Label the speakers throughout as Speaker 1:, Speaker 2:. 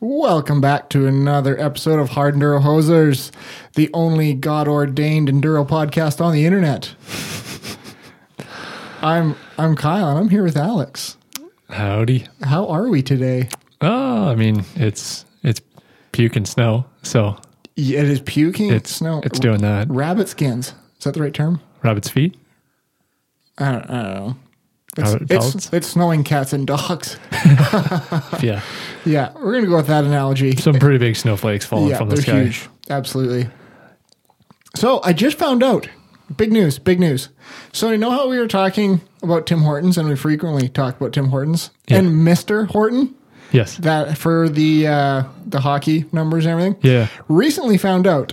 Speaker 1: Welcome back to another episode of Hard Enduro Hosers, the only God ordained enduro podcast on the internet. I'm I'm Kyle and I'm here with Alex.
Speaker 2: Howdy.
Speaker 1: How are we today?
Speaker 2: Oh, I mean, it's it's puke and snow, so
Speaker 1: Yeah, It is puking.
Speaker 2: it's
Speaker 1: snow.
Speaker 2: It's doing that.
Speaker 1: rabbit skins. Is that the right term?
Speaker 2: Rabbit's feet.
Speaker 1: I don't, I don't know.
Speaker 2: How it
Speaker 1: It's,
Speaker 2: felt?
Speaker 1: it's, it's snowing cats and dogs.
Speaker 2: yeah,
Speaker 1: Yeah, we're gonna go with that analogy.
Speaker 2: some pretty big snowflakes falling
Speaker 1: yeah,
Speaker 2: from the
Speaker 1: they're
Speaker 2: sky.
Speaker 1: huge. Absolutely. So I just found out. Big news, big news. So you know how we were talking about Tim Hortons, and we frequently talk about Tim Hortons
Speaker 2: Yeah.
Speaker 1: and Mister Horton
Speaker 2: Yes.
Speaker 1: that for the uh, the hockey numbers and everything.
Speaker 2: Yeah.
Speaker 1: Recently found out,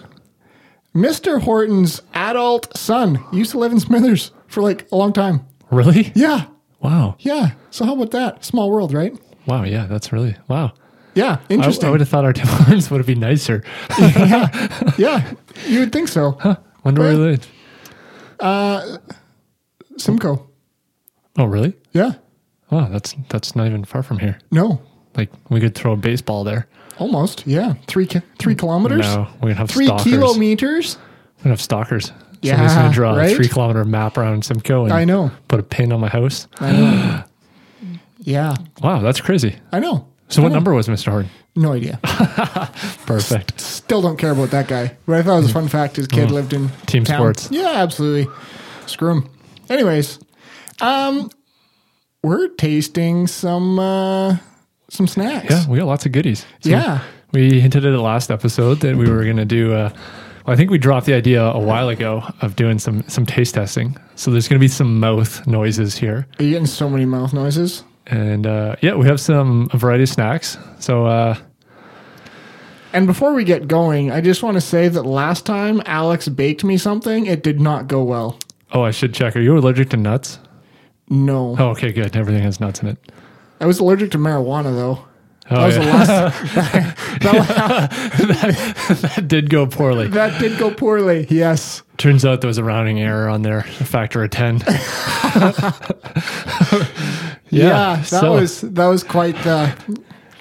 Speaker 1: Mister Horton's adult son used to live in Smithers for like a long time.
Speaker 2: Really?
Speaker 1: Yeah,
Speaker 2: Wow.
Speaker 1: yeah. So how about that? Small world, right?
Speaker 2: Wow. Yeah, that's really wow.
Speaker 1: Yeah,
Speaker 2: I,
Speaker 1: interesting.
Speaker 2: I would have thought our Timberlands would have been nicer.
Speaker 1: yeah, you would think so.
Speaker 2: Wonder where they live.
Speaker 1: Simcoe.
Speaker 2: Oh, really?
Speaker 1: Yeah.
Speaker 2: Wow, that's that's not even far from here.
Speaker 1: No,
Speaker 2: Like we could throw a baseball there.
Speaker 1: Almost, yeah. Three ki- three kilometers,
Speaker 2: No, we're gonna have
Speaker 1: three
Speaker 2: stalkers.
Speaker 1: kilometers.
Speaker 2: We're gonna have stalkers.
Speaker 1: Yeah,
Speaker 2: Somebody's gonna draw
Speaker 1: right?
Speaker 2: a three kilometer map around Simcoe and
Speaker 1: I know. Uh,
Speaker 2: put a pin on my house.
Speaker 1: Yeah,
Speaker 2: Wow, that's crazy.
Speaker 1: I know.
Speaker 2: So what number was Mr. Horton?
Speaker 1: No idea.
Speaker 2: Perfect.
Speaker 1: Still don't care about that guy. But I thought it was a fun fact. His kid lived in
Speaker 2: Mm. Team
Speaker 1: town.
Speaker 2: sports.
Speaker 1: Yeah, absolutely. Screw him. Anyways, um, we're tasting some uh, some snacks.
Speaker 2: Yeah, we got lots of goodies. So
Speaker 1: Yeah.
Speaker 2: We hinted at it last episode that we were going to do. Uh, well, I think we dropped the idea a while ago of doing some some taste testing. So there's going to be some mouth noises here,
Speaker 1: Are you getting so many mouth noises?
Speaker 2: and uh, yeah, we have some a variety of snacks. So uh,
Speaker 1: And before we get going, I just want to say that last time Alex baked me something, it did not go well.
Speaker 2: oh, I should check. Are you allergic to nuts?
Speaker 1: No.
Speaker 2: Oh, okay, good. Everything has nuts in it.
Speaker 1: I was allergic to marijuana though.
Speaker 2: Oh,
Speaker 1: that was
Speaker 2: yeah.
Speaker 1: the last. that,
Speaker 2: that did go poorly.
Speaker 1: that did go poorly. Yes.
Speaker 2: Turns out there was a rounding error on there, a factor of ten.
Speaker 1: Yeah. that
Speaker 2: so-
Speaker 1: was that was quite. Uh,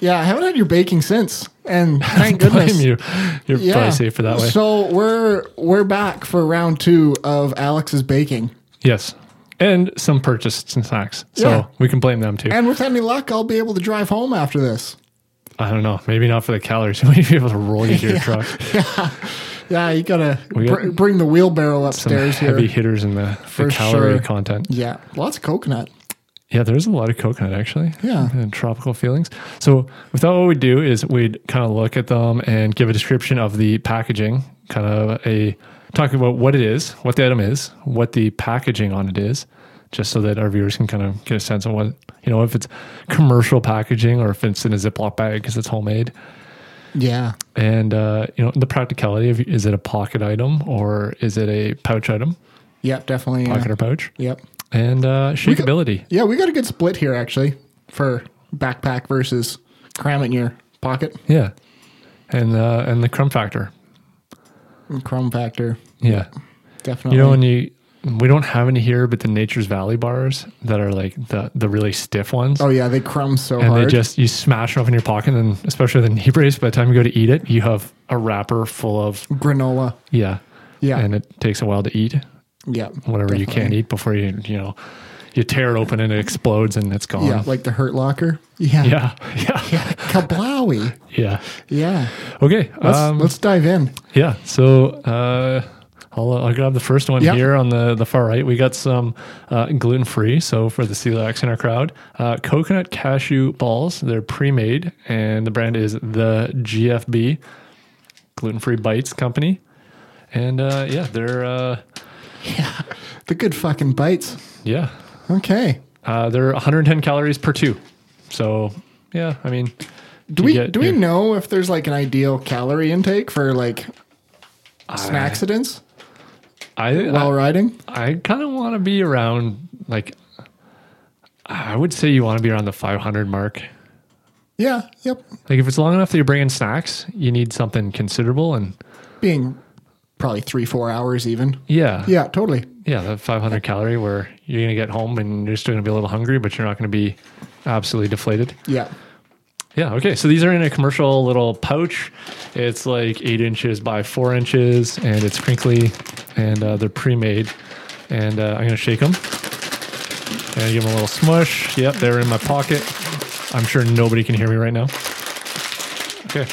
Speaker 1: yeah, I haven't had your baking since, and thank goodness.
Speaker 2: Blame you. You're
Speaker 1: Yeah.
Speaker 2: probably safer that way.
Speaker 1: So we're we're back for round two of Alex's baking,
Speaker 2: Yes. And some purchased snacks. So
Speaker 1: Yeah.
Speaker 2: we can blame them too.
Speaker 1: and with any luck, I'll be able to drive home after this.
Speaker 2: I don't know. Maybe not for the calories. You might be able to roll you to your truck.
Speaker 1: Yeah, you gotta
Speaker 2: We
Speaker 1: br-
Speaker 2: got
Speaker 1: bring the wheelbarrow
Speaker 2: Some
Speaker 1: upstairs here.
Speaker 2: heavy hitters in the, the
Speaker 1: For
Speaker 2: calorie
Speaker 1: sure.
Speaker 2: content.
Speaker 1: Yeah, lots of coconut.
Speaker 2: Yeah, there's a lot of coconut actually.
Speaker 1: Yeah.
Speaker 2: And tropical feelings. So with that, what we do is we'd kind of look at them and give a description of the packaging, kind of a talk about what it is, what the item is, what the packaging on it is, just so that our viewers can kind of get a sense of what you know if it's commercial packaging or if it's in a Ziploc bag because it's homemade.
Speaker 1: Yeah,
Speaker 2: and uh, you know the practicality of is it a pocket item or is it a pouch item
Speaker 1: yep, definitely. yeah.
Speaker 2: pocket or pouch
Speaker 1: Yep.
Speaker 2: and uh, shakeability
Speaker 1: Yeah, we got a good split here actually for backpack versus cram it in your pocket
Speaker 2: yeah and uh, and the crumb factor
Speaker 1: and crumb factor.
Speaker 2: yeah
Speaker 1: Definitely.
Speaker 2: you know when you we don't have any here but the nature's valley bars that are like the the really stiff ones
Speaker 1: oh yeah, they crumb so
Speaker 2: and
Speaker 1: hard.
Speaker 2: they just you smash them up in your pocket and then especially the knee brace by the time you go to eat it you have a wrapper full of
Speaker 1: granola.
Speaker 2: yeah
Speaker 1: Yeah.
Speaker 2: and it takes a while to eat
Speaker 1: Yeah.
Speaker 2: whatever you can't eat before you you know you tear it open and it explodes and it's gone
Speaker 1: Yeah, like the Hurt Locker. Yeah.
Speaker 2: Yeah, yeah,
Speaker 1: Kablowie.
Speaker 2: yeah.
Speaker 1: Yeah.
Speaker 2: Okay,
Speaker 1: Let's,
Speaker 2: um,
Speaker 1: let's dive in.
Speaker 2: yeah. So uh, I'll, I'll grab the first one
Speaker 1: Yeah.
Speaker 2: here on the the far right. We got some uh, gluten free. So for the celiacs in our crowd, uh, coconut cashew balls. They're pre made, and the brand is the GFB Gluten Free Bites Company. And uh, yeah, they're uh,
Speaker 1: The good fucking bites.
Speaker 2: yeah,
Speaker 1: Okay.
Speaker 2: uh, they're 110 calories per two. So yeah, I mean,
Speaker 1: Do we do we know if there's like an ideal calorie intake for like snack accidents
Speaker 2: I,
Speaker 1: while riding?
Speaker 2: I kind of want to be around like I would say you want to be around the 500 mark.
Speaker 1: Yeah. Yep.
Speaker 2: Like if it's long enough that you're bringing snacks, you need something considerable and
Speaker 1: Being probably three, four hours even.
Speaker 2: yeah.
Speaker 1: Yeah, totally.
Speaker 2: Yeah, the 500 calorie where you're going to get home and you're still going to be a little hungry, but you're not going to be absolutely deflated.
Speaker 1: Yeah.
Speaker 2: Yeah. Okay. So these are in a commercial little pouch. It's like eight inches by four inches, and it's crinkly, and uh, they're pre-made. And uh, I'm gonna shake them and give them a little smush. Yep, they're in my pocket. I'm sure nobody can hear me right now. Okay.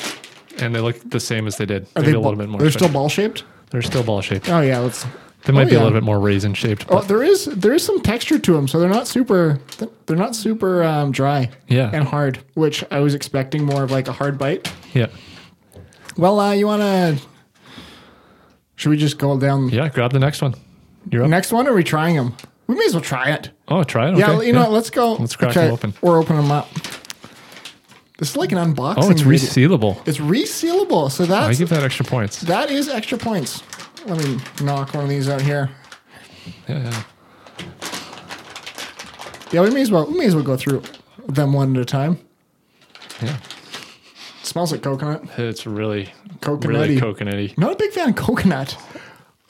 Speaker 2: And they look the same as they did.
Speaker 1: Are they
Speaker 2: Maybe a little
Speaker 1: bu-
Speaker 2: bit more.
Speaker 1: They're
Speaker 2: but
Speaker 1: still ball shaped.
Speaker 2: they're still ball shaped.
Speaker 1: Oh yeah, let's.
Speaker 2: They might
Speaker 1: oh,
Speaker 2: be a
Speaker 1: yeah.
Speaker 2: little bit more raisin shaped.
Speaker 1: Oh, there is there is some texture to them, so they're not super they're not super um, dry
Speaker 2: Yeah.
Speaker 1: and hard, which I was expecting more of like a hard bite.
Speaker 2: Yeah.
Speaker 1: Well, uh, you wanna? Should we just go down
Speaker 2: Yeah. Grab the next one. You're
Speaker 1: the
Speaker 2: up.
Speaker 1: next one? Or are we trying them? We may as well try it.
Speaker 2: Oh, try it. Okay.
Speaker 1: Yeah, you know, what, let's go.
Speaker 2: Let's crack 'em open.
Speaker 1: or open them up. This is like an unboxing.
Speaker 2: Oh, it's
Speaker 1: video.
Speaker 2: resealable.
Speaker 1: It's resealable, so
Speaker 2: I
Speaker 1: that's
Speaker 2: give that extra points.
Speaker 1: that is extra points. Let me knock one of these out here.
Speaker 2: Yeah. yeah.
Speaker 1: Yeah, we may as well we may as well go through them one at a time.
Speaker 2: Yeah.
Speaker 1: smells like coconut.
Speaker 2: It's really,
Speaker 1: Coconutty.
Speaker 2: really coconutty.
Speaker 1: Not a big fan of coconut.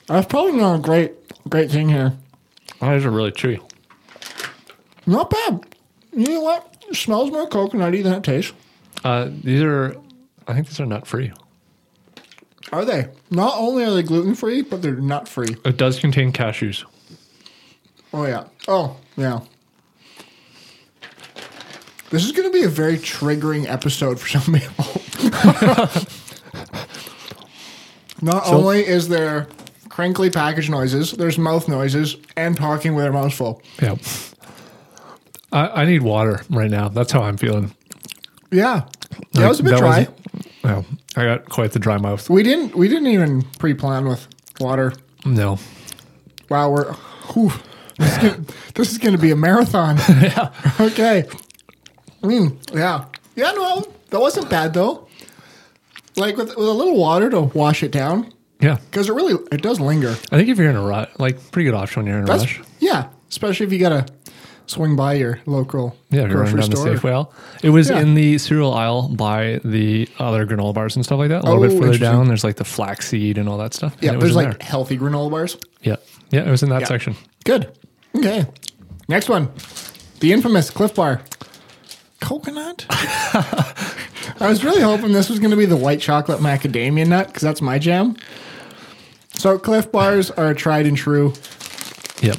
Speaker 1: That's probably not a great great thing here.
Speaker 2: Oh, these are really chewy.
Speaker 1: Not bad. You know what? It smells more coconutty than it tastes.
Speaker 2: Uh, these are, I think these are nut free.
Speaker 1: Are they? Not only are they gluten free, but they're nut free.
Speaker 2: It does contain cashews.
Speaker 1: Oh yeah. Oh yeah. This is going to be a very triggering episode for some people. Not only is there crinkly package noises, there's mouth noises and talking with their mouths full.
Speaker 2: Yeah. I, I need water right now. That's how I'm feeling.
Speaker 1: Yeah, that was a bit dry.
Speaker 2: yeah, I got quite the dry mouth.
Speaker 1: We didn't. We didn't even pre-plan with water.
Speaker 2: No.
Speaker 1: Wow, we're. Whew, this, is gonna, this is gonna be a marathon. yeah. Okay. Mm, yeah. Yeah. No, that wasn't bad though. Like with, with a little water to wash it down,
Speaker 2: Yeah.
Speaker 1: because it really it does linger.
Speaker 2: I think if you're in a rut, like pretty good option when you're in a
Speaker 1: That's
Speaker 2: rush.
Speaker 1: yeah, especially if you gotta swing by your local
Speaker 2: Yeah, if you're running
Speaker 1: grocery
Speaker 2: down the
Speaker 1: store.
Speaker 2: Safeway aisle. It was
Speaker 1: Yeah.
Speaker 2: in the cereal aisle by the other granola bars and stuff like that. A little
Speaker 1: Oh,
Speaker 2: bit further
Speaker 1: interesting.
Speaker 2: down, there's like the flaxseed and all that stuff.
Speaker 1: Yeah,
Speaker 2: and it
Speaker 1: there's
Speaker 2: was in
Speaker 1: like healthy granola bars.
Speaker 2: there. yeah, yeah, it was in that section.
Speaker 1: Good. Okay. Next one. The infamous Cliff Bar. Coconut? I was really hoping this was going to be the white chocolate macadamia nut because that's my jam. So, Cliff Bars are tried and true.
Speaker 2: Yep.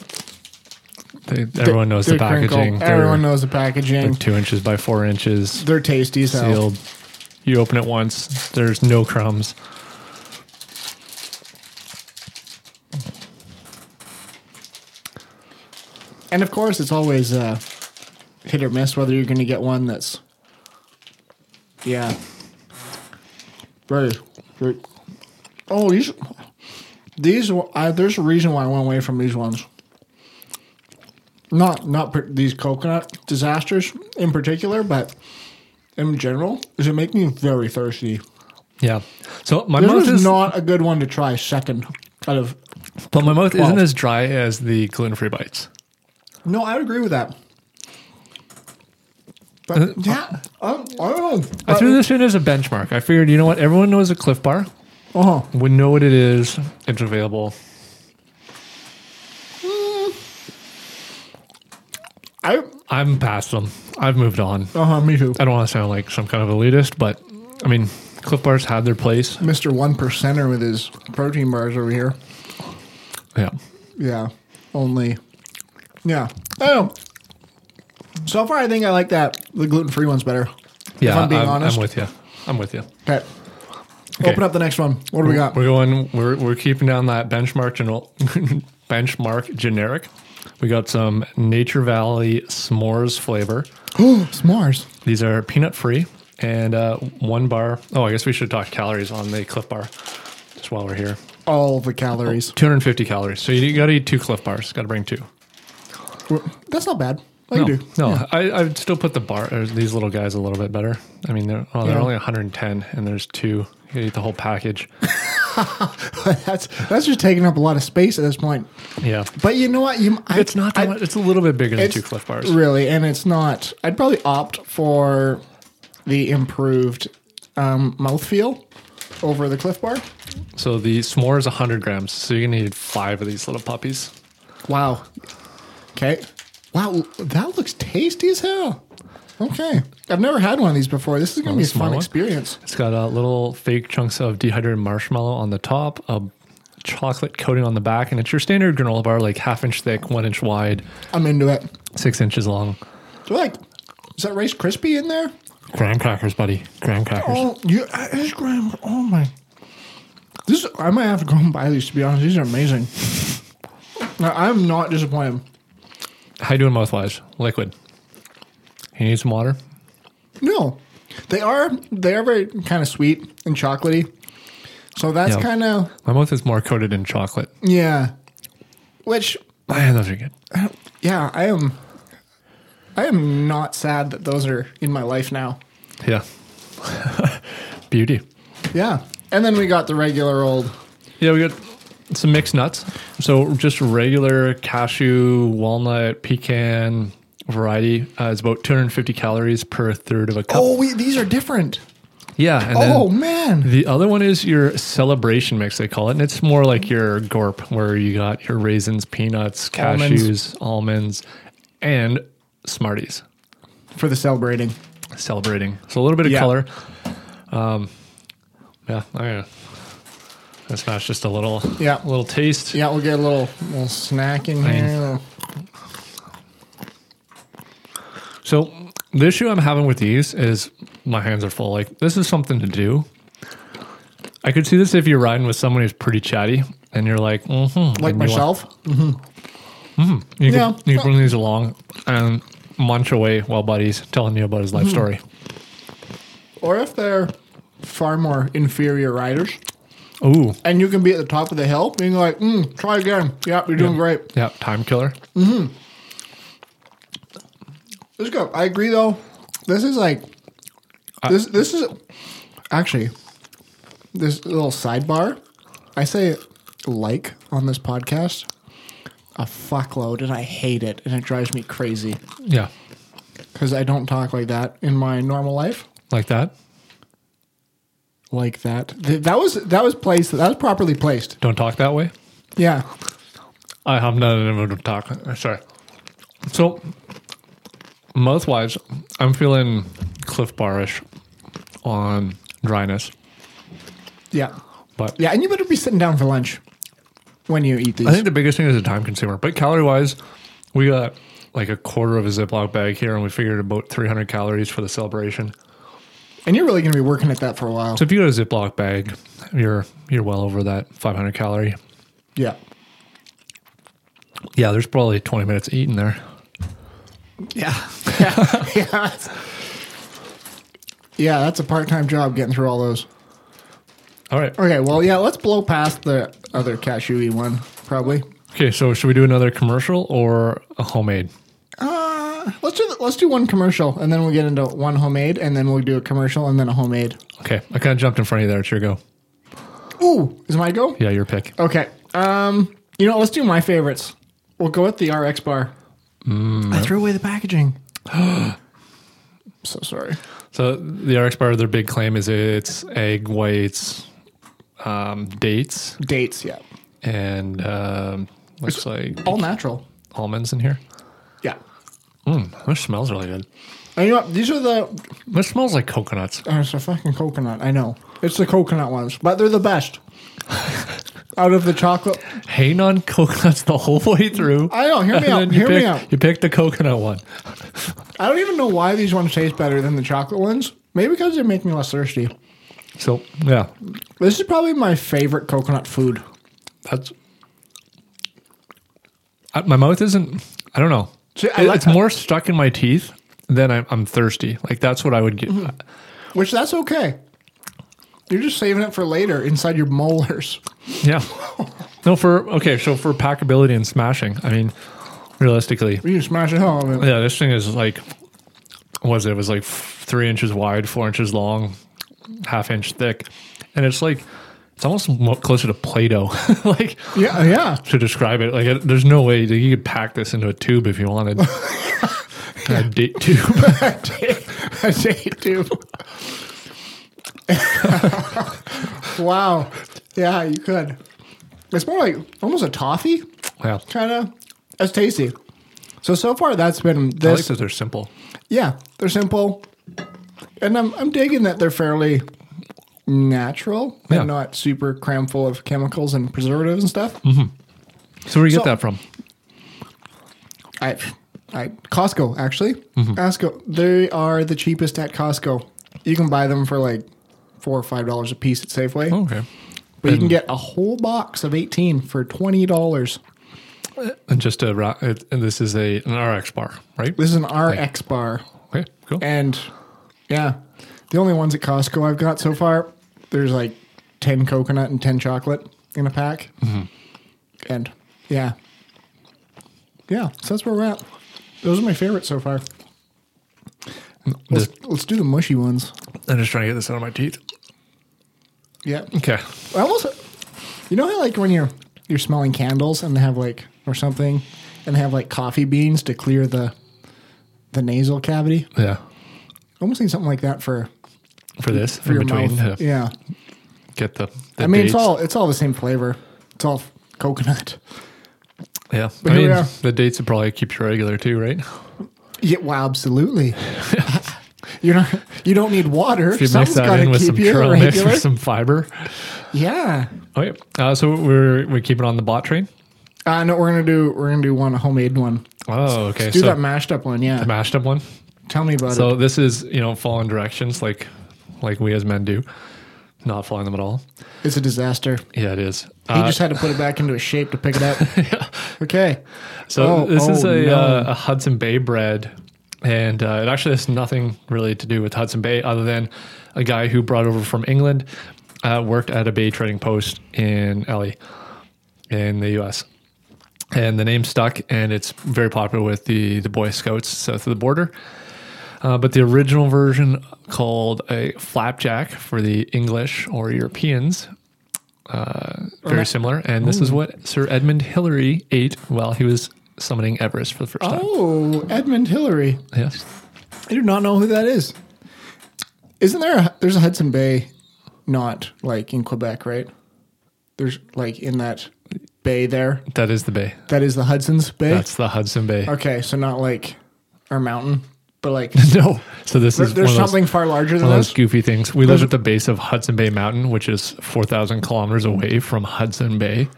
Speaker 2: They, everyone knows the
Speaker 1: They're crinkle.
Speaker 2: packaging. They're-
Speaker 1: Everyone knows the
Speaker 2: they're
Speaker 1: packaging.
Speaker 2: two inches by four inches.
Speaker 1: They're tasty as hell.
Speaker 2: sealed. You open it once, there's no crumbs.
Speaker 1: And of course, it's always uh, hit or miss whether you're going to get one that's, yeah, very. very oh, these, these. were- I, there's a reason why I went away from these ones. Not not per, these coconut disasters in particular, but in general, is it make me very thirsty.
Speaker 2: Yeah. So my
Speaker 1: This
Speaker 2: mouth
Speaker 1: was
Speaker 2: is
Speaker 1: not a good one to try second out of.
Speaker 2: but my mouth
Speaker 1: Wow.
Speaker 2: isn't as dry as the gluten free bites.
Speaker 1: No, I would agree with that. But yeah, I, I don't know.
Speaker 2: Uh, I threw this in as a benchmark. I figured, you know what, everyone knows a Cliff Bar.
Speaker 1: Uh-huh.
Speaker 2: We know what it is. It's available.
Speaker 1: I
Speaker 2: I'm past them. I've moved on.
Speaker 1: uh-huh, me too.
Speaker 2: I don't want to sound like some kind of elitist, but I mean, Cliff Bars had their place.
Speaker 1: Mr. One Percenter with his protein bars over here.
Speaker 2: Yeah.
Speaker 1: Yeah. Only Yeah. I don't know. So far I think I like that the gluten free one's better.
Speaker 2: Yeah.
Speaker 1: I'm being
Speaker 2: I'm,
Speaker 1: honest.
Speaker 2: I'm with you. I'm with you.
Speaker 1: Okay. Open up the next one. What do we got?
Speaker 2: We're going. We're we're keeping down that benchmark general, benchmark generic. We got some Nature Valley s'mores flavor.
Speaker 1: Oh, s'mores.
Speaker 2: These are peanut free and uh, one bar. Oh, I guess we should talk calories on the Cliff Bar just while we're here.
Speaker 1: All the calories.
Speaker 2: 250 calories. So you got to eat two Cliff Bars. Got to bring two.
Speaker 1: That's not bad. I
Speaker 2: No,
Speaker 1: can do.
Speaker 2: no, I, I would still put the bar. Or these little guys a little bit better. I mean, they're oh, they're
Speaker 1: Yeah.
Speaker 2: only 110, and there's two. You gotta eat the whole package.
Speaker 1: that's that's just taking up a lot of space at this point.
Speaker 2: Yeah,
Speaker 1: But you know what? You I,
Speaker 2: it's not. that
Speaker 1: I-
Speaker 2: much. It's a little bit bigger than
Speaker 1: It's
Speaker 2: two Cliff Bars.
Speaker 1: Really, and it's not. I'd probably opt for the improved um, mouthfeel over the Cliff Bar.
Speaker 2: So the s'more is 100 grams. So you're gonna need five of these little puppies.
Speaker 1: Wow. Okay. Wow, that looks tasty as hell. Okay. I've never had one of these before. This is going to be a
Speaker 2: small
Speaker 1: fun
Speaker 2: one?
Speaker 1: experience.
Speaker 2: It's got uh, little fake chunks of dehydrated marshmallow on the top, a chocolate coating on the back, and it's your standard granola bar, like half inch thick, one inch wide,
Speaker 1: I'm into it.
Speaker 2: six inches long.
Speaker 1: Do I like, is that Rice crispy in there?
Speaker 2: Graham crackers, buddy. Graham crackers.
Speaker 1: Oh, you, it is graham. Oh, my. This is- I might have to go and buy these, to be honest. These are amazing. Now, I'm not disappointed.
Speaker 2: How you doing mouth wise? Liquid. You need some water?
Speaker 1: No. They are, they are very kind of sweet and chocolatey. So that's
Speaker 2: Yeah.
Speaker 1: kind of,
Speaker 2: My mouth is more coated in chocolate.
Speaker 1: yeah. Which,
Speaker 2: Man, those are good.
Speaker 1: yeah, I am, I am not sad that those are in my life now.
Speaker 2: Yeah. Beauty.
Speaker 1: Yeah. And then we got the regular old.
Speaker 2: Yeah, we got some mixed nuts. So just regular cashew, walnut, pecan variety uh, is about 250 calories per third of a cup.
Speaker 1: Oh, we, these are different.
Speaker 2: Yeah. And then
Speaker 1: Oh, man.
Speaker 2: The other one is your celebration mix, they call it. And it's more like your gorp, where you got your raisins, peanuts,
Speaker 1: Almonds.
Speaker 2: cashews, almonds, and Smarties
Speaker 1: For the celebrating.
Speaker 2: celebrating. So a little bit of
Speaker 1: Yeah.
Speaker 2: color. Um, yeah, I mean, that's not just a little,
Speaker 1: Yeah.
Speaker 2: little taste.
Speaker 1: Yeah, we'll get a little, little snack in here.
Speaker 2: So the issue I'm having with these is my hands are full. Like this is something to do. I could see this if you're riding with someone who's pretty chatty, and you're like, mm-hmm,
Speaker 1: Like myself.
Speaker 2: You
Speaker 1: Yeah.
Speaker 2: can, you can bring these along and munch away while buddies telling you about his life story.
Speaker 1: Or if they're far more inferior riders.
Speaker 2: Ooh,
Speaker 1: And you can be at the top of the hill being like, mm, try again. Yep, you're doing great.
Speaker 2: yeah, time killer.
Speaker 1: This is good. I agree though. This is like
Speaker 2: Uh,
Speaker 1: this this is actually this little sidebar. I say like on this podcast a fuckload and I hate it and it drives me crazy
Speaker 2: Yeah,
Speaker 1: cuz I don't talk like that in my normal life.
Speaker 2: like that.
Speaker 1: Like that. Th- that was that was placed that was properly placed.
Speaker 2: Don't talk that way.
Speaker 1: Yeah.
Speaker 2: I have not in the mood to talk. Uh, Sorry. So, mouth wise, I'm feeling Cliff Barish on dryness,
Speaker 1: Yeah.
Speaker 2: but
Speaker 1: Yeah, and you better be sitting down for lunch when you eat these.
Speaker 2: I think the biggest thing is a time consumer. But calorie wise, we got like a quarter of a Ziploc bag here, and we figured about 300 calories for the celebration.
Speaker 1: and you're really going to be working at that for a while.
Speaker 2: So if you got a Ziploc bag, you're you're well over that 500 calorie.
Speaker 1: yeah.
Speaker 2: Yeah, there's probably 20 minutes eating there.
Speaker 1: Yeah. yeah. That's- yeah, that's a part time job getting through all those.
Speaker 2: All right.
Speaker 1: Okay, well, yeah, let's blow past the other cashewy one, probably.
Speaker 2: Okay, so should we do another commercial or a homemade?
Speaker 1: Uh, let's do let's do one commercial, and then we'll get into one homemade, and then we'll do a commercial, and then a homemade.
Speaker 2: Okay, I kind of jumped in front of you there. It's your go.
Speaker 1: Ooh, is my go?
Speaker 2: Yeah, your pick.
Speaker 1: Okay. Um, you know, what, let's do my favorites. We'll go with the RX bar. I threw away the packaging. so sorry.
Speaker 2: So the RX bar, their big claim is it's egg whites, um, dates,
Speaker 1: Dates, yeah,
Speaker 2: and um, looks like
Speaker 1: all natural.
Speaker 2: almonds in here.
Speaker 1: Yeah.
Speaker 2: Mm, this smells really good.
Speaker 1: And you know, what, these are the
Speaker 2: This smells like coconuts.
Speaker 1: Oh, it's a fucking coconut. I know. It's the coconut ones, but they're the best. Out of the chocolate.
Speaker 2: Hating on coconuts the whole way through.
Speaker 1: I know. Hear me
Speaker 2: And
Speaker 1: out.
Speaker 2: then you
Speaker 1: Hear me
Speaker 2: pick-
Speaker 1: out.
Speaker 2: You picked the coconut one.
Speaker 1: I don't even know why these ones taste better than the chocolate ones. Maybe because they make me less thirsty.
Speaker 2: So yeah,
Speaker 1: This is probably my favorite coconut food.
Speaker 2: that's I, my mouth isn't. I don't know.
Speaker 1: See, I
Speaker 2: It-
Speaker 1: like-
Speaker 2: it's more stuck in my teeth than I'm, I'm thirsty. Like that's what I would get.
Speaker 1: Mm-hmm. Which that's okay. You're just saving it for later inside your molars.
Speaker 2: Yeah. No, for okay. So for packability and smashing, I mean, realistically,
Speaker 1: You can smash it home. and-
Speaker 2: yeah, this thing is like, what was it? It was like f- three inches wide, four inches long, half inch thick, and it's like it's almost mo- closer to Play-Doh. like
Speaker 1: Yeah, yeah.
Speaker 2: to describe it. Like, it, there's no way that you could pack this into a tube if you wanted. A date tube.
Speaker 1: I date too. wow. Yeah, you could. It's more like almost a toffee.
Speaker 2: yeah.
Speaker 1: kind of. That's tasty. So so far that's been
Speaker 2: I like
Speaker 1: this.
Speaker 2: that they're simple.
Speaker 1: yeah, they're simple, and I'm I'm digging that they're fairly natural
Speaker 2: Yeah.
Speaker 1: and not super cram full of chemicals and preservatives and stuff.
Speaker 2: Mm-hmm. So where do you
Speaker 1: So-
Speaker 2: get that from?
Speaker 1: I, I Costco actually.
Speaker 2: Mm-hmm.
Speaker 1: Costco. They are the cheapest at Costco. You can buy them for like four or five dollars a piece at Safeway,
Speaker 2: Okay.
Speaker 1: but you can get a whole box of eighteen for twenty dollars.
Speaker 2: And just a ra- it, and this is a an RX bar, right?
Speaker 1: This is an RX bar,
Speaker 2: Okay, cool.
Speaker 1: and yeah, the only ones at Costco I've got so far. There's like ten coconut and ten chocolate in a pack, and yeah, yeah. So that's where we're at. Those are my favorites so far. Let's,
Speaker 2: This-
Speaker 1: let's do the mushy ones.
Speaker 2: I'm just trying to get this out of my teeth.
Speaker 1: Yeah.
Speaker 2: Okay.
Speaker 1: I almost, you know how like when you're you're smelling candles and they have like or something, and they have like coffee beans to clear the the nasal cavity.
Speaker 2: Yeah.
Speaker 1: I almost need something like that for,
Speaker 2: For this,
Speaker 1: for
Speaker 2: in
Speaker 1: your
Speaker 2: between,
Speaker 1: mouth.
Speaker 2: uh,
Speaker 1: Yeah.
Speaker 2: get the. the
Speaker 1: I mean, it's
Speaker 2: dates.
Speaker 1: all it's all the same flavor. It's all f- coconut.
Speaker 2: Yeah.
Speaker 1: But
Speaker 2: I
Speaker 1: here we
Speaker 2: mean,
Speaker 1: are.
Speaker 2: the dates would probably keep you regular too, right?
Speaker 1: Yeah. Wow. Absolutely. you know, you don't need water.
Speaker 2: If you mix
Speaker 1: Something's
Speaker 2: that
Speaker 1: got
Speaker 2: in
Speaker 1: to
Speaker 2: with some
Speaker 1: keep you
Speaker 2: trail mix or
Speaker 1: regular.
Speaker 2: some fiber.
Speaker 1: yeah.
Speaker 2: Okay. Uh, so we're we keep it on the bot train.
Speaker 1: Uh, no, we're gonna do we're gonna do one a homemade one.
Speaker 2: Oh, okay.
Speaker 1: Do
Speaker 2: so
Speaker 1: that mashed up one. Yeah.
Speaker 2: mashed up one.
Speaker 1: Tell me about it.
Speaker 2: So this is you know following directions like like we as men do, not following them at all.
Speaker 1: It's a disaster.
Speaker 2: Yeah, it is.
Speaker 1: He
Speaker 2: Uh,
Speaker 1: just had to put it back into a shape to pick it up. Okay.
Speaker 2: So
Speaker 1: Oh,
Speaker 2: this is
Speaker 1: oh,
Speaker 2: a,
Speaker 1: no.
Speaker 2: uh, a Hudson Bay bread, and uh, it actually has nothing really to do with Hudson Bay other than a guy who brought over from England, uh, worked at a bay trading post in LA, in the U.S. And the name stuck, and it's very popular with the the Boy Scouts south of the border. Uh, but the original version called a flapjack for the English or Europeans. Uh, very similar. And this is what Sir Edmund Hillary ate while he was summoning Everest for the first time.
Speaker 1: Oh, Edmund Hillary.
Speaker 2: Yes.
Speaker 1: I do not know who that is. Isn't there a there's a Hudson Bay not like in Quebec, right? There's like in that bay there.
Speaker 2: That is the bay.
Speaker 1: That is the Hudson's Bay.
Speaker 2: That's the Hudson Bay.
Speaker 1: okay, so not like our mountain, but like
Speaker 2: No. So this
Speaker 1: there- there's
Speaker 2: is one of those-
Speaker 1: something far larger than
Speaker 2: one of those
Speaker 1: this.
Speaker 2: goofy things. We live at the base of Hudson Bay Mountain, which is 4,000 kilometers away from Hudson Bay.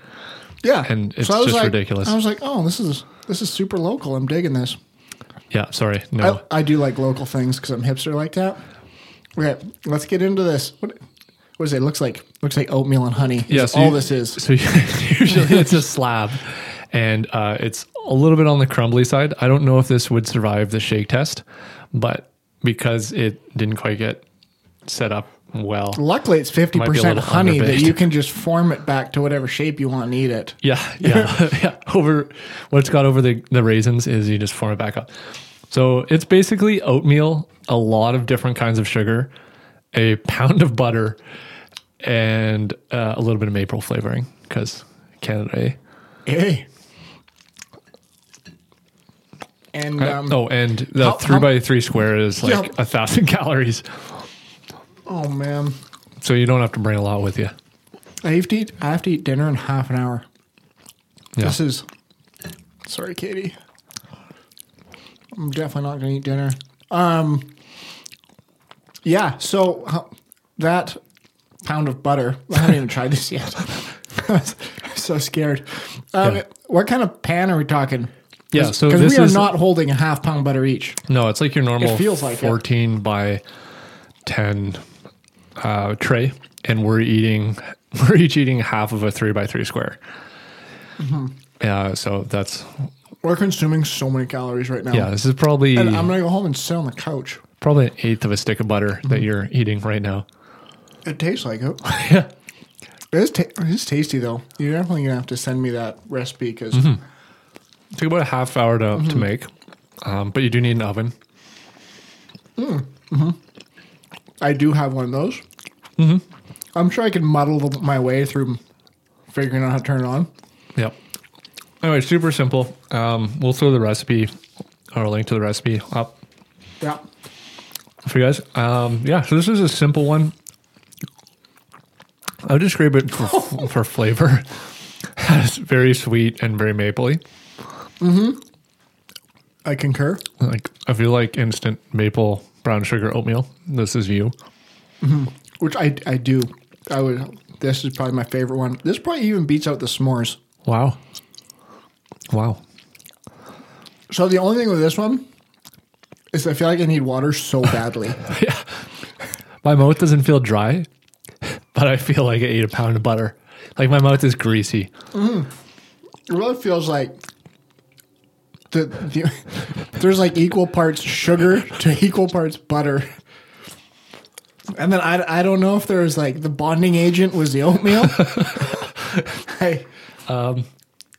Speaker 1: Yeah.
Speaker 2: and it's
Speaker 1: I was
Speaker 2: just
Speaker 1: like-
Speaker 2: ridiculous.
Speaker 1: I was like, "Oh, this is this is super local. I'm digging this."
Speaker 2: Yeah, sorry. No.
Speaker 1: I, I do like local things because I'm hipster like that. Okay, let's get into this. What, what is it? Looks like looks like oatmeal and honey.
Speaker 2: yeah,
Speaker 1: It's
Speaker 2: so
Speaker 1: all
Speaker 2: you-
Speaker 1: this is.
Speaker 2: So usually it's a slab, and uh, it's a little bit on the crumbly side. I don't know if this would survive the shake test, but because it didn't quite get set up well,
Speaker 1: Luckily, it's fifty
Speaker 2: Might be a
Speaker 1: percent
Speaker 2: little
Speaker 1: honey that
Speaker 2: underbaked.
Speaker 1: you can just form it back to whatever shape you want and eat it.
Speaker 2: Yeah, yeah, yeah. Over what's got over the, the raisins is you just form it back up. So it's basically oatmeal, a lot of different kinds of sugar, a pound of butter, and uh, a little bit of maple flavoring because Canada. Eh?
Speaker 1: Hey. And um,
Speaker 2: oh, and the
Speaker 1: How-
Speaker 2: three
Speaker 1: how-
Speaker 2: by three square is like
Speaker 1: Yeah.
Speaker 2: a thousand calories,
Speaker 1: oh man,
Speaker 2: so you don't have to bring a lot with you.
Speaker 1: I have to eat. I have to eat dinner in half an hour.
Speaker 2: Yeah.
Speaker 1: This is. Sorry, Katie. I'm definitely not going to eat dinner. Um. Yeah. So huh, that pound of butter. I haven't even tried this yet. I'm so scared. Um,
Speaker 2: Yeah.
Speaker 1: What kind of pan are we talking?
Speaker 2: Yeah, so
Speaker 1: because we
Speaker 2: this
Speaker 1: are
Speaker 2: is-
Speaker 1: not holding a half pound butter each.
Speaker 2: No, it's like your normal
Speaker 1: It feels like it.
Speaker 2: 14 by 10 uh, tray, and we're eating we're each eating half of a three by three square.
Speaker 1: Mm-hmm.
Speaker 2: Yeah, so that's
Speaker 1: We're consuming so many calories right now.
Speaker 2: yeah. This is probably
Speaker 1: And I'm gonna go home and sit on the couch.
Speaker 2: probably an eighth of a stick of butter
Speaker 1: Mm-hmm.
Speaker 2: that you're eating right now.
Speaker 1: It tastes like it.
Speaker 2: yeah,
Speaker 1: It's, ta- it's tasty though. You're definitely gonna have to send me that recipe because
Speaker 2: Mm-hmm. took about a half hour to, to
Speaker 1: Mm-hmm.
Speaker 2: make, um, but you do need an oven.
Speaker 1: I do have one of those. I'm sure I could muddle the, my way through figuring out how to turn it on.
Speaker 2: Yep. Anyway, super simple. Um, we'll throw the recipe or link to the recipe up
Speaker 1: Yeah.
Speaker 2: for you guys. Um, yeah, so this is a simple one. I would describe it for, for flavor as very sweet and very mapley.
Speaker 1: I concur.
Speaker 2: Like I feel like instant maple brown sugar oatmeal. This is you.
Speaker 1: Which I I do. I would. This is probably my favorite one. This probably even beats out the s'mores.
Speaker 2: Wow. Wow.
Speaker 1: So the only thing with this one is I feel like I need water so badly.
Speaker 2: My mouth doesn't feel dry, but I feel like I ate a pound of butter. Like my mouth is greasy.
Speaker 1: it really feels like the, the there's like equal parts sugar to equal parts butter. And then I, I don't know if there was like the bonding agent was the oatmeal. I,
Speaker 2: Um,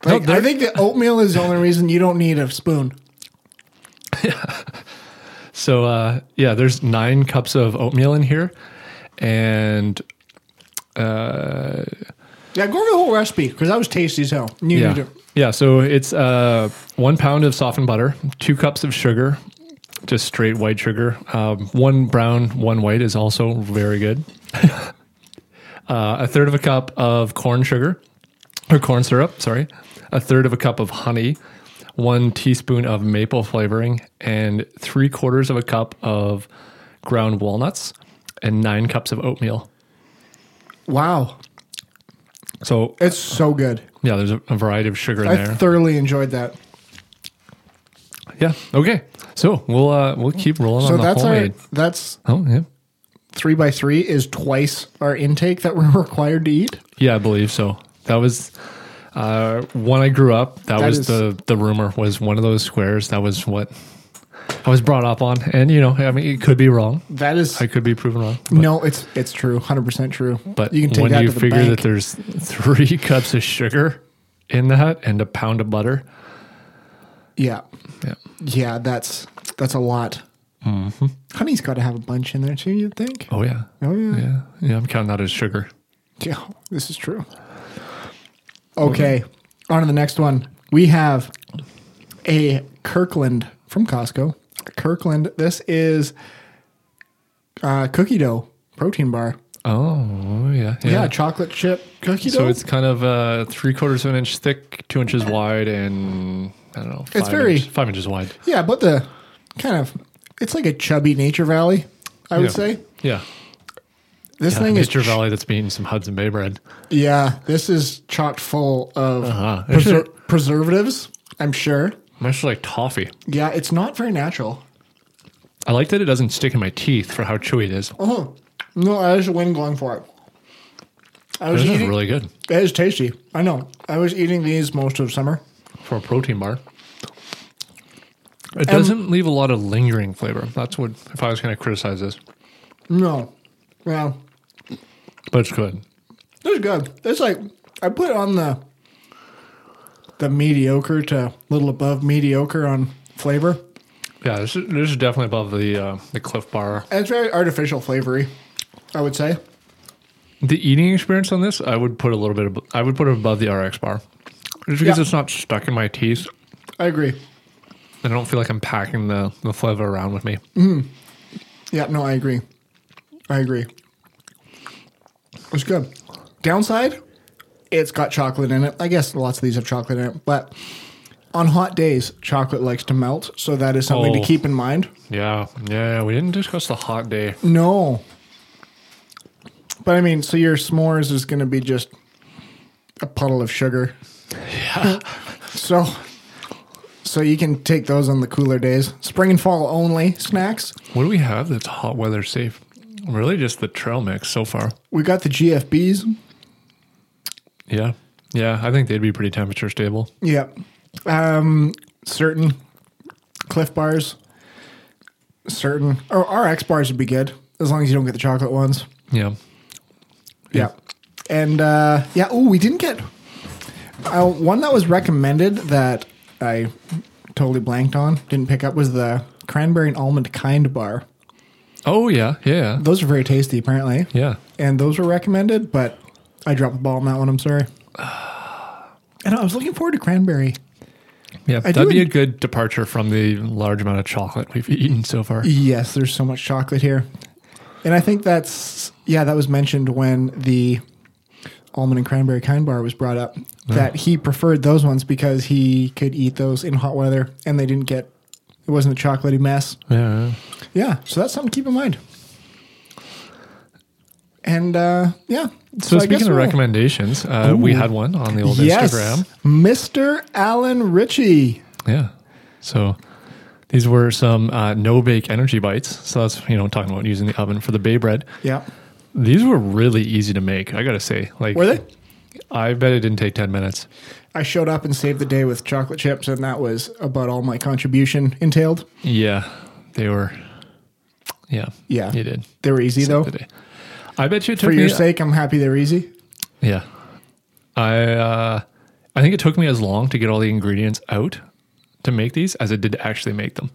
Speaker 2: No,
Speaker 1: like,
Speaker 2: there-
Speaker 1: I think the oatmeal is the only reason you don't need a spoon.
Speaker 2: So uh, yeah, there's nine cups of oatmeal in here, and
Speaker 1: Yeah, go over the whole recipe because that was tasty as hell. You
Speaker 2: yeah,
Speaker 1: need to-
Speaker 2: yeah. So it's uh, one pound of softened butter, two cups of sugar, just straight white sugar. Um, one brown, one white is also very good. uh, a third of a cup of corn sugar or corn syrup. Sorry, a third of a cup of honey. One teaspoon of maple flavoring and three quarters of a cup of ground walnuts and nine cups of oatmeal.
Speaker 1: Wow,
Speaker 2: So
Speaker 1: it's so good.
Speaker 2: yeah, there's a, a variety of sugar in
Speaker 1: I
Speaker 2: there.
Speaker 1: thoroughly enjoyed that.
Speaker 2: yeah. Okay. So we'll uh, we'll keep rolling
Speaker 1: So
Speaker 2: on the
Speaker 1: that's our
Speaker 2: homemade.
Speaker 1: that's
Speaker 2: oh yeah.
Speaker 1: three by three is twice our intake that we're required to eat.
Speaker 2: Yeah, I believe so. That was uh, when I grew up. That,
Speaker 1: That
Speaker 2: was
Speaker 1: is-
Speaker 2: the the rumor was one of those squares. That was what I was brought up on, and you know, I mean, it could be wrong.
Speaker 1: That is
Speaker 2: I could be proven wrong. But,
Speaker 1: no, it's it's true, hundred percent true.
Speaker 2: but
Speaker 1: Mm-hmm. you can take
Speaker 2: when
Speaker 1: that
Speaker 2: you
Speaker 1: to the
Speaker 2: figure
Speaker 1: bank.
Speaker 2: that there's three cups of sugar in that and a pound of butter,
Speaker 1: yeah,
Speaker 2: yeah,
Speaker 1: yeah, that's that's a lot. Honey's got to have a bunch in there too. You'd think.
Speaker 2: Mm-hmm. oh yeah,
Speaker 1: Oh yeah, yeah.
Speaker 2: yeah, yeah. I'm counting that as sugar.
Speaker 1: this is true. Okay, on to the next one. We have a Kirkland from Costco. Kirkland. This is uh, cookie dough protein bar.
Speaker 2: Oh yeah,
Speaker 1: Yeah, chocolate chip cookie dough.
Speaker 2: So it's kind of uh, three quarters of an inch thick, two inches wide, and I don't know. Five
Speaker 1: very-
Speaker 2: inch- five inches wide.
Speaker 1: Yeah, but the kind of it's like a chubby Nature Valley, I would
Speaker 2: Yeah.
Speaker 1: say.
Speaker 2: Yeah,
Speaker 1: This thing
Speaker 2: Nature
Speaker 1: is ch-
Speaker 2: Valley that's been eating some Hudson Bay bread.
Speaker 1: yeah, this is chocked full of
Speaker 2: Uh-huh.
Speaker 1: preser- preservatives. I'm sure.
Speaker 2: Much like toffee.
Speaker 1: Yeah, it's not very natural.
Speaker 2: I like that it doesn't stick in my teeth for how chewy it is.
Speaker 1: Oh no, I was win going for it. I was
Speaker 2: This is
Speaker 1: eating.
Speaker 2: really good
Speaker 1: it is tasty. I know. I was eating these most of summer.
Speaker 2: for a protein bar.
Speaker 1: Um,
Speaker 2: It doesn't leave a lot of lingering flavor. That's what if I was going to criticize this,
Speaker 1: No, well,
Speaker 2: but it's good.
Speaker 1: this is good. It's like I put it on the the mediocre to little above mediocre on flavor.
Speaker 2: Yeah, this is, this is definitely above the uh, the Cliff Bar.
Speaker 1: And it's very artificial flavory, I would say.
Speaker 2: The eating experience on this, I would put a little bit. Ab- I would put it above the RX bar, just because
Speaker 1: Yeah.
Speaker 2: it's not stuck in my teeth.
Speaker 1: I agree.
Speaker 2: and I don't feel like I'm packing the the flavor around with me.
Speaker 1: Yeah, no, I agree. I agree. It's good. Downside, it's got chocolate in it. I guess lots of these have chocolate in it, but on hot days, chocolate likes to melt, so that is something
Speaker 2: Oh.
Speaker 1: to keep in mind.
Speaker 2: Yeah, yeah. We didn't discuss the hot day.
Speaker 1: No. But I mean, so your s'mores is going to be just a puddle of sugar. Yeah. so so you can take those on the cooler days. Spring and fall only snacks.
Speaker 2: What do we have that's hot weather safe? Really, just the trail mix so far.
Speaker 1: We got the GFBs.
Speaker 2: Yeah, yeah. I think they'd be pretty temperature stable.
Speaker 1: Yep. Um certain Cliff bars. Certain or RX bars would be good as long as you don't get the chocolate ones.
Speaker 2: Yeah,
Speaker 1: Yeah. And uh, yeah, oh, we didn't get uh, one that was recommended that I totally blanked on, didn't pick up was the cranberry and almond kind bar.
Speaker 2: Oh yeah, yeah,
Speaker 1: Those are very tasty, apparently.
Speaker 2: yeah.
Speaker 1: And those were recommended, but I dropped the ball on that one. I'm sorry. And I was looking forward to cranberry.
Speaker 2: Yeah,
Speaker 1: I do
Speaker 2: that'd be a
Speaker 1: en-
Speaker 2: good departure from the large amount of chocolate we've eaten so far.
Speaker 1: Yes, there's so much chocolate here. And I think that's, yeah, that was mentioned when the almond and cranberry kind bar was brought up that he preferred those ones because he could eat those in hot weather and they didn't get It wasn't a chocolatey mess.
Speaker 2: Yeah.
Speaker 1: Yeah, so that's something to keep in mind. And uh, yeah,
Speaker 2: So,
Speaker 1: I guess
Speaker 2: speaking of
Speaker 1: we'll-
Speaker 2: recommendations, uh, we had one on the old
Speaker 1: yes,
Speaker 2: Instagram.
Speaker 1: Mr. Alan Ritchie.
Speaker 2: Yeah. So these were some uh, no bake energy bites. So that's you know talking about using the oven for the bay bread.
Speaker 1: Yeah,
Speaker 2: These were really easy to make. I gotta say, like
Speaker 1: were they?
Speaker 2: I bet it didn't take ten minutes.
Speaker 1: I showed up and saved the day with chocolate chips, and that was about all my contribution entailed.
Speaker 2: Yeah, they were. Yeah.
Speaker 1: Yeah.
Speaker 2: you did.
Speaker 1: They were easy though.
Speaker 2: Today. I bet you it took
Speaker 1: For your
Speaker 2: me-
Speaker 1: sake, I'm happy they're easy.
Speaker 2: Yeah. I uh, I think it took me as long to get all the ingredients out to make these as it did to actually make them.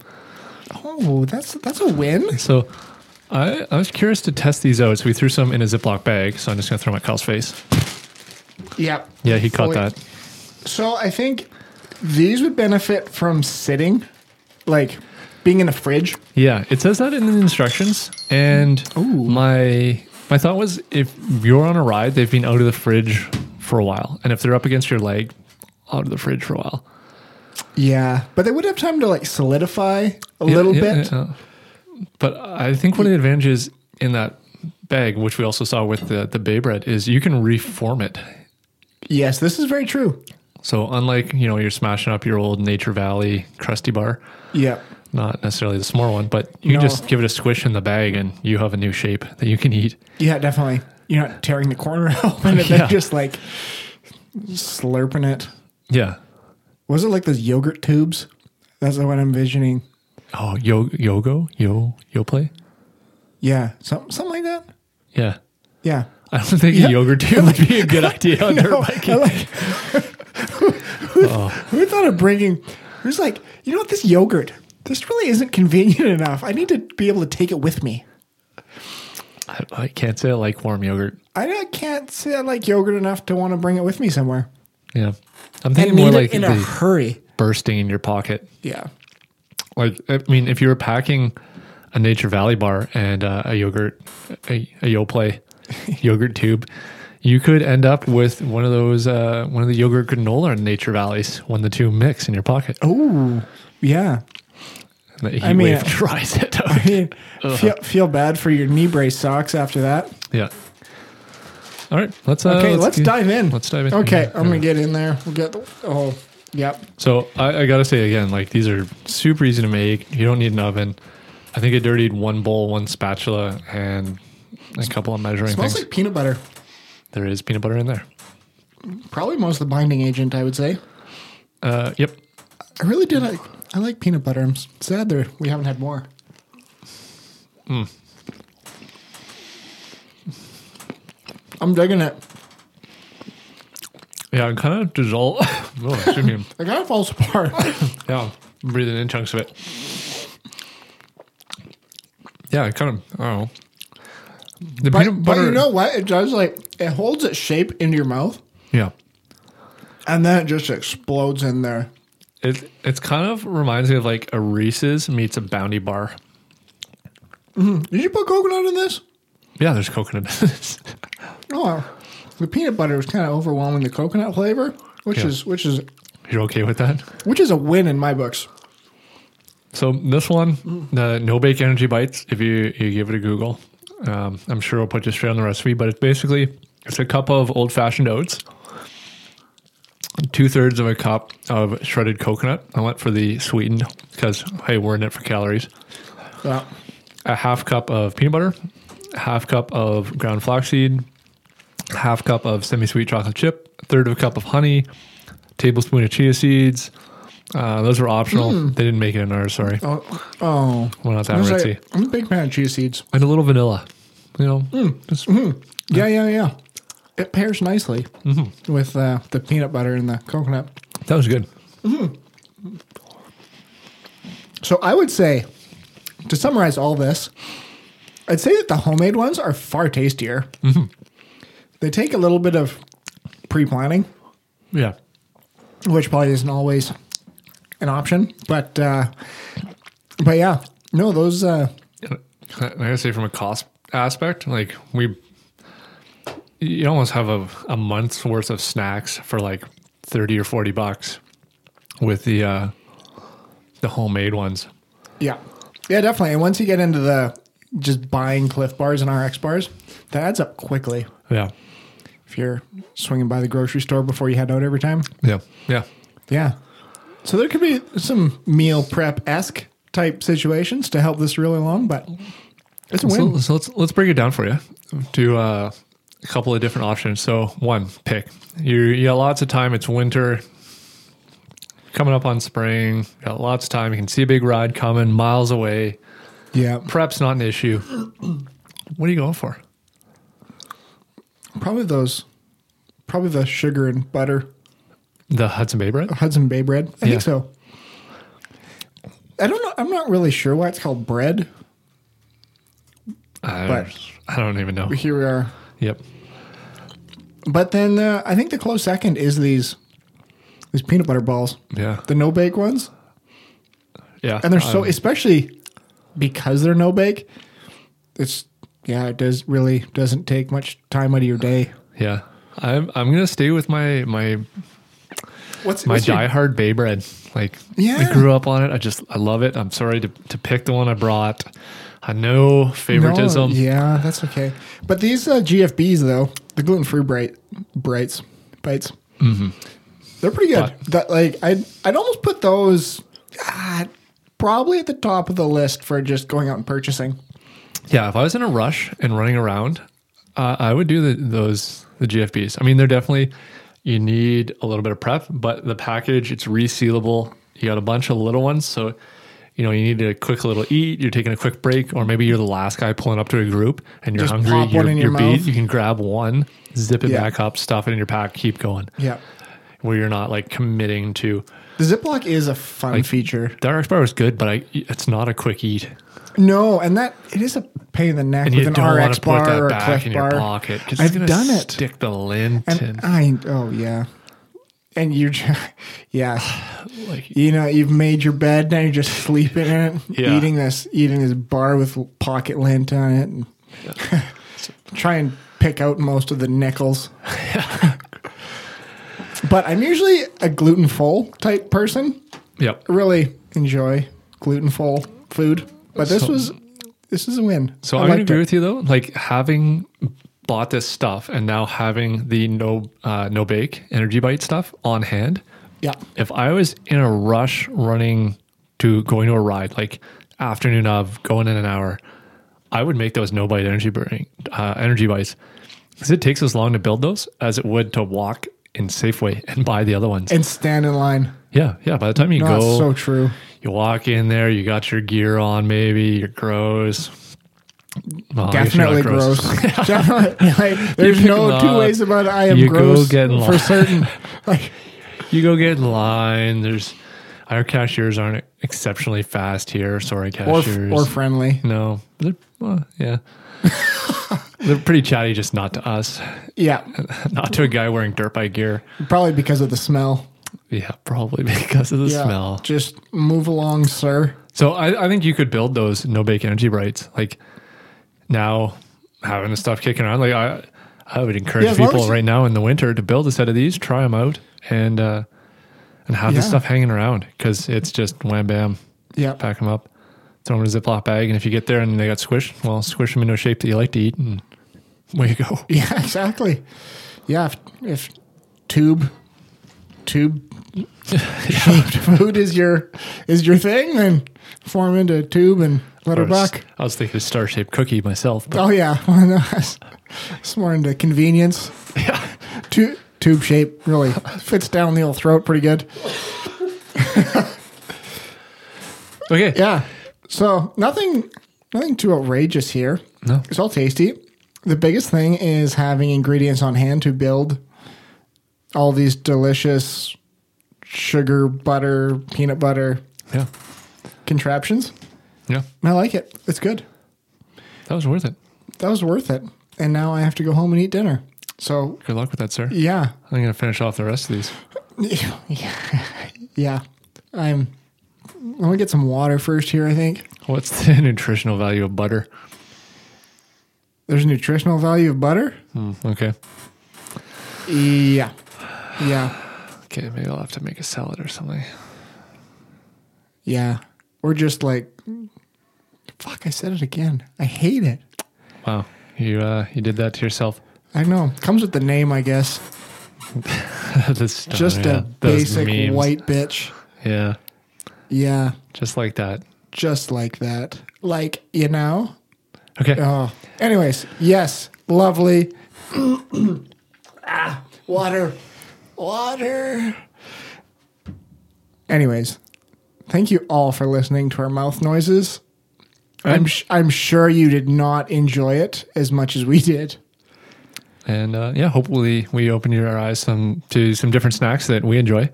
Speaker 1: Oh, that's that's a win.
Speaker 2: So I, I was curious to test these out. So we threw some in a Ziploc bag. So I'm just going to throw them at Kyle's face.
Speaker 1: Yep.
Speaker 2: Yeah, he caught
Speaker 1: Fully-
Speaker 2: that.
Speaker 1: So I think these would benefit from sitting, like being in a fridge.
Speaker 2: Yeah, it says that in the instructions. And my my thought was if you're on a ride, they've been out of the fridge for a while. And if they're up against your leg, out of the fridge for a while.
Speaker 1: Yeah, but they would have time to like solidify a
Speaker 2: Yeah,
Speaker 1: little
Speaker 2: yeah,
Speaker 1: bit.
Speaker 2: yeah. But I think one of the advantages in that bag, which we also saw with the, the bay bread, is you can reform it.
Speaker 1: Yes, this is very true.
Speaker 2: So unlike, you know, you're smashing up your old Nature Valley crusty bar,
Speaker 1: Yeah.
Speaker 2: not necessarily the s'more one, but you
Speaker 1: No.
Speaker 2: can just give it a squish in the bag and you have a new shape that you can eat.
Speaker 1: Yeah, definitely. You're not tearing the corner open and
Speaker 2: Yeah.
Speaker 1: then just like slurping it.
Speaker 2: Yeah.
Speaker 1: Was it like those yogurt tubes? That's what I'm envisioning.
Speaker 2: Oh, yo yogo? Yo yo play?
Speaker 1: Yeah, something something like that.
Speaker 2: Yeah.
Speaker 1: Yeah.
Speaker 2: I don't think a yogurt tube would be a good idea on dirt biking.
Speaker 1: I like, Oh. who, who thought of bringing? Who's like, you know what? This yogurt, this really isn't convenient enough. I need to be able to take it with me.
Speaker 2: I, I can't say I like warm yogurt.
Speaker 1: I I can't say I like yogurt enough to want to bring it with me somewhere.
Speaker 2: Yeah. I'm
Speaker 1: And
Speaker 2: thinking
Speaker 1: need
Speaker 2: more
Speaker 1: it
Speaker 2: like
Speaker 1: in
Speaker 2: the
Speaker 1: a hurry.
Speaker 2: bursting in your pocket.
Speaker 1: Yeah.
Speaker 2: Like, I mean, if you were packing a Nature Valley bar and uh, a yogurt, a, a Yoplait yogurt tube, you could end up with one of those, uh, one of the yogurt granola and Nature Valleys when the two mix in your pocket. Oh,
Speaker 1: Ooh. Yeah.
Speaker 2: and the heat
Speaker 1: mean-
Speaker 2: wave dries it out.
Speaker 1: I mean, feel, feel bad for your knee brace socks after that.
Speaker 2: yeah. All right, let's uh,
Speaker 1: Okay, let's,
Speaker 2: get-
Speaker 1: dive in.
Speaker 2: Let's dive in.
Speaker 1: Okay, um,
Speaker 2: Yeah,
Speaker 1: I'm
Speaker 2: yeah.
Speaker 1: gonna get in there. We'll get the oh, yep.
Speaker 2: So I, I gotta say again, like these are super easy to make. You don't need an oven. I think I dirtied one bowl, one spatula, and a couple of measuring
Speaker 1: Smells
Speaker 2: things.
Speaker 1: like peanut butter.
Speaker 2: there is peanut butter in there.
Speaker 1: Probably most of the binding agent, I would say.
Speaker 2: Uh, yep.
Speaker 1: I really did. I, I like peanut butter. I'm s- sad there we haven't had more. Mm. I'm digging it.
Speaker 2: Yeah, it kind of dissolve. oh, excuse me.
Speaker 1: It kind of falls apart.
Speaker 2: Yeah, breathing in chunks of it. Yeah, it kind of. I don't know. The
Speaker 1: but,
Speaker 2: peanut
Speaker 1: but
Speaker 2: butter.
Speaker 1: you know what? It does like it holds its shape into your mouth,
Speaker 2: yeah.
Speaker 1: and then it just explodes in there.
Speaker 2: It it's kind of reminds me of like a Reese's meets a Bounty bar.
Speaker 1: Did you put coconut in this?
Speaker 2: Yeah, there's coconut. business.
Speaker 1: Oh, the peanut butter was kind of overwhelming the coconut flavor, which
Speaker 2: Yeah.
Speaker 1: is which is
Speaker 2: You're okay with that?
Speaker 1: which is a win in my books.
Speaker 2: So this one, the no bake energy bites. If you you give it a Google, um, I'm sure we'll put you straight on the recipe. But it's basically it's a cup of old fashioned oats, two thirds of a cup of shredded coconut. I went for the sweetened because hey, we're in it for calories.
Speaker 1: Yeah.
Speaker 2: A half cup of peanut butter, a half cup of ground flaxseed, a half cup of semi sweet chocolate chip, a third of a cup of honey, tablespoon of chia seeds. Uh, those were optional. They didn't make it in ours. Sorry.
Speaker 1: Oh, oh.
Speaker 2: We're not that
Speaker 1: I was
Speaker 2: ritzy.
Speaker 1: like, I'm a big fan of chia seeds.
Speaker 2: and a little vanilla. You know, just-
Speaker 1: Yeah, yeah, yeah. It pairs nicely with uh, the peanut butter and the coconut.
Speaker 2: that was good.
Speaker 1: So I would say, to summarize all this, I'd say that the homemade ones are far tastier. They take a little bit of pre planning,
Speaker 2: Yeah,
Speaker 1: which probably isn't always an option, but uh, but yeah, no, those uh,
Speaker 2: And I I gotta say, from a cost aspect, like we, you almost have a, a month's worth of snacks for like thirty or forty bucks with the uh, the homemade ones.
Speaker 1: Yeah. Yeah, definitely. And once you get into the just buying Cliff bars and RX bars, that adds up quickly.
Speaker 2: Yeah.
Speaker 1: If you're swinging by the grocery store before you head out every time.
Speaker 2: Yeah. Yeah.
Speaker 1: Yeah. So there could be some meal prep esque type situations to help this really along, but it's a
Speaker 2: So,
Speaker 1: win.
Speaker 2: so let's let's break it down for you to uh, a couple of different options. So one, pick. You you got lots of time. It's winter, coming up on spring. You got lots of time. You can see a big ride coming miles away.
Speaker 1: Yeah.
Speaker 2: Prep's not an issue. What are you going for?
Speaker 1: Probably those, probably the sugar and butter
Speaker 2: The Hudson Bay bread.
Speaker 1: Hudson Bay bread. I
Speaker 2: Yeah.
Speaker 1: think so. I don't know. I'm not really sure why it's called bread.
Speaker 2: I,
Speaker 1: But-
Speaker 2: I don't even know.
Speaker 1: But here we are.
Speaker 2: Yep.
Speaker 1: But then uh, I think the close second is these these peanut butter balls,
Speaker 2: Yeah.
Speaker 1: the no bake ones,
Speaker 2: Yeah.
Speaker 1: and they're so
Speaker 2: Um,
Speaker 1: especially because they're no bake. It's yeah, it does really doesn't take much time out of your day.
Speaker 2: yeah. I'm I'm gonna stay with my my
Speaker 1: What's
Speaker 2: my
Speaker 1: what's your-
Speaker 2: diehard Bay bread. Like
Speaker 1: Yeah.
Speaker 2: I grew up on it. I just I love it. I'm sorry to, to pick the one I brought. I know favoritism.
Speaker 1: No, yeah, that's okay. But these uh, GFBs though, the gluten free bright brights bites, mm-hmm. they're pretty good.
Speaker 2: But-
Speaker 1: that like I'd I'd almost put those ah, probably at the top of the list for just going out and purchasing.
Speaker 2: Yeah, if I was in a rush and running around, uh, I would do the, those the GFBs. I mean, they're definitely you need a little bit of prep, but the package it's resealable. You got a bunch of little ones, so you know you need a quick little eat. You're taking a quick break, or maybe you're the last guy pulling up to a group and you're
Speaker 1: Just
Speaker 2: hungry.
Speaker 1: pop
Speaker 2: you're,
Speaker 1: one in your
Speaker 2: you're beat.
Speaker 1: mouth.
Speaker 2: You can grab one, zip it
Speaker 1: Yeah.
Speaker 2: back up, stuff it in your pack, keep going.
Speaker 1: Yeah.
Speaker 2: Where you're not like committing to
Speaker 1: The Ziploc is a fun feature.
Speaker 2: the RX bar was good, but I it's not a quick eat.
Speaker 1: No, and that it is a pain in the neck
Speaker 2: And
Speaker 1: with
Speaker 2: you
Speaker 1: an
Speaker 2: don't want
Speaker 1: RX
Speaker 2: to put
Speaker 1: bar or
Speaker 2: that
Speaker 1: a
Speaker 2: back
Speaker 1: Cliff
Speaker 2: in your
Speaker 1: bar.
Speaker 2: pocket because
Speaker 1: I've done it.
Speaker 2: Stick the lint
Speaker 1: And
Speaker 2: and
Speaker 1: I oh yeah, and you're ju- yeah,
Speaker 2: like
Speaker 1: you know you've made your bed now you're just sleeping in it,
Speaker 2: Yeah.
Speaker 1: eating this eating this bar with pocket lint on it, and try and pick out most of the nickels. but I'm usually a gluten full type person.
Speaker 2: yep.
Speaker 1: I really enjoy gluten full food, but this
Speaker 2: So-
Speaker 1: was this is a win.
Speaker 2: So I, would
Speaker 1: liked
Speaker 2: agree
Speaker 1: it.
Speaker 2: with you though. Like having bought this stuff and now having the no uh, no bake energy bite stuff on hand.
Speaker 1: Yeah.
Speaker 2: If I was in a rush running to going to a ride, like afternoon of going in an hour, I would make those no bite energy burning uh, energy bites because it takes as long to build those as it would to walk in Safeway and buy the other ones.
Speaker 1: And stand in line.
Speaker 2: Yeah, yeah. By the time you
Speaker 1: No,
Speaker 2: go,
Speaker 1: that's so true.
Speaker 2: you walk in there, you got your gear on, maybe you're gross. Well, I guess Oh, you're
Speaker 1: Definitely
Speaker 2: not
Speaker 1: gross. Definitely. Like, there's
Speaker 2: pick
Speaker 1: no
Speaker 2: them
Speaker 1: two
Speaker 2: up.
Speaker 1: ways about it. I am
Speaker 2: You go
Speaker 1: gross
Speaker 2: get in
Speaker 1: for
Speaker 2: line.
Speaker 1: certain. Like,
Speaker 2: You go get in line. There's our cashiers aren't exceptionally fast here. Sorry,
Speaker 1: or,
Speaker 2: cashiers.
Speaker 1: or friendly.
Speaker 2: no, they're, well, yeah, they're pretty chatty, just not to us,
Speaker 1: Yeah.
Speaker 2: not to a guy wearing dirt bike gear.
Speaker 1: Probably because of the smell.
Speaker 2: Yeah, probably because of the
Speaker 1: Yeah.
Speaker 2: smell.
Speaker 1: Just move along, sir.
Speaker 2: So I, I think you could build those no bake energy brights. Like now having the stuff kicking around, like I, I would encourage
Speaker 1: Yeah, as long
Speaker 2: people
Speaker 1: as-
Speaker 2: right now in the winter to build a set of these, try them out, and uh, and have this
Speaker 1: Yeah.
Speaker 2: stuff hanging around because it's just wham bam,
Speaker 1: Yeah.
Speaker 2: pack them up, throw them in a Ziploc bag, and if you get there and they got squished, well, squish them into a shape that you like to eat, and away you go.
Speaker 1: Yeah, exactly. Yeah. If, if tube, tube shaped food is your is your thing, then form into a tube and let her
Speaker 2: I was-
Speaker 1: buck.
Speaker 2: I was thinking a star shaped cookie myself, but
Speaker 1: Oh yeah, Well, no, it's it's more into convenience. Yeah, tube, tube shape really fits down the old throat pretty good.
Speaker 2: okay,
Speaker 1: Yeah, so nothing, nothing too outrageous here.
Speaker 2: No.
Speaker 1: it's all tasty. The biggest thing is having ingredients on hand to build all these delicious sugar, butter, peanut butter
Speaker 2: yeah,
Speaker 1: contraptions.
Speaker 2: yeah,
Speaker 1: I like it. It's good.
Speaker 2: that was worth it.
Speaker 1: That was worth it. And now I have to go home and eat dinner. So
Speaker 2: Good luck with that, sir.
Speaker 1: yeah,
Speaker 2: I'm gonna finish off the rest of these.
Speaker 1: yeah, yeah. I'm. I'm gonna get some water first here. I think
Speaker 2: What's the nutritional value of butter?
Speaker 1: there's a nutritional value of butter.
Speaker 2: Hmm, Okay.
Speaker 1: Yeah, yeah,
Speaker 2: Okay, maybe I'll have to make a salad or something.
Speaker 1: yeah. or just like, fuck, I said it again. I hate it.
Speaker 2: Wow, you uh, you did that to yourself.
Speaker 1: I know. Comes with the name, I guess.
Speaker 2: This-
Speaker 1: Just
Speaker 2: Oh, yeah,
Speaker 1: a
Speaker 2: those
Speaker 1: basic
Speaker 2: memes.
Speaker 1: white bitch.
Speaker 2: Yeah,
Speaker 1: Yeah,
Speaker 2: just like that.
Speaker 1: just like that. Like, you know?
Speaker 2: Okay.
Speaker 1: Oh. Anyways, yes, lovely. ah, water. Water. Anyways, thank you all for listening to our mouth noises. I'm sh- I'm sure you did not enjoy it as much as we did.
Speaker 2: and uh, yeah, hopefully we open your eyes some to some different snacks that we enjoy.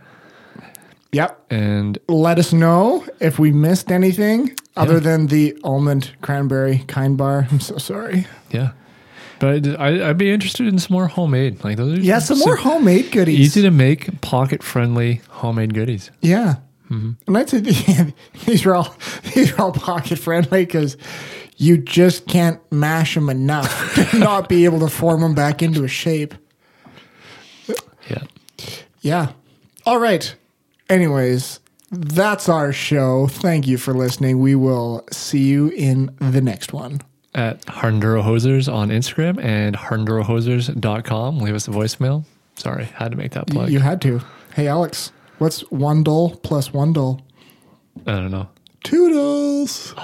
Speaker 1: Yep.
Speaker 2: And
Speaker 1: Let us know if we missed anything other than the almond cranberry kind bar. I'm so sorry.
Speaker 2: yeah, but I, I'd be interested in some more homemade. Like those. Are
Speaker 1: Yeah, some more homemade goodies.
Speaker 2: easy to make, pocket friendly homemade goodies.
Speaker 1: Yeah. And I'd say the- these are all these are all pocket friendly because you just can't mash them enough to not be able to form them back into a shape.
Speaker 2: Yeah.
Speaker 1: Yeah. All right. Anyways, that's our show. Thank you for listening. We will see you in the next one.
Speaker 2: At Harnduro Hosers on Instagram and harndurohosers.com. Leave us a voicemail. Sorry, had to make that plug.
Speaker 1: You had to. Hey Alex, what's one doll plus one doll?
Speaker 2: I don't know.
Speaker 1: Toodles.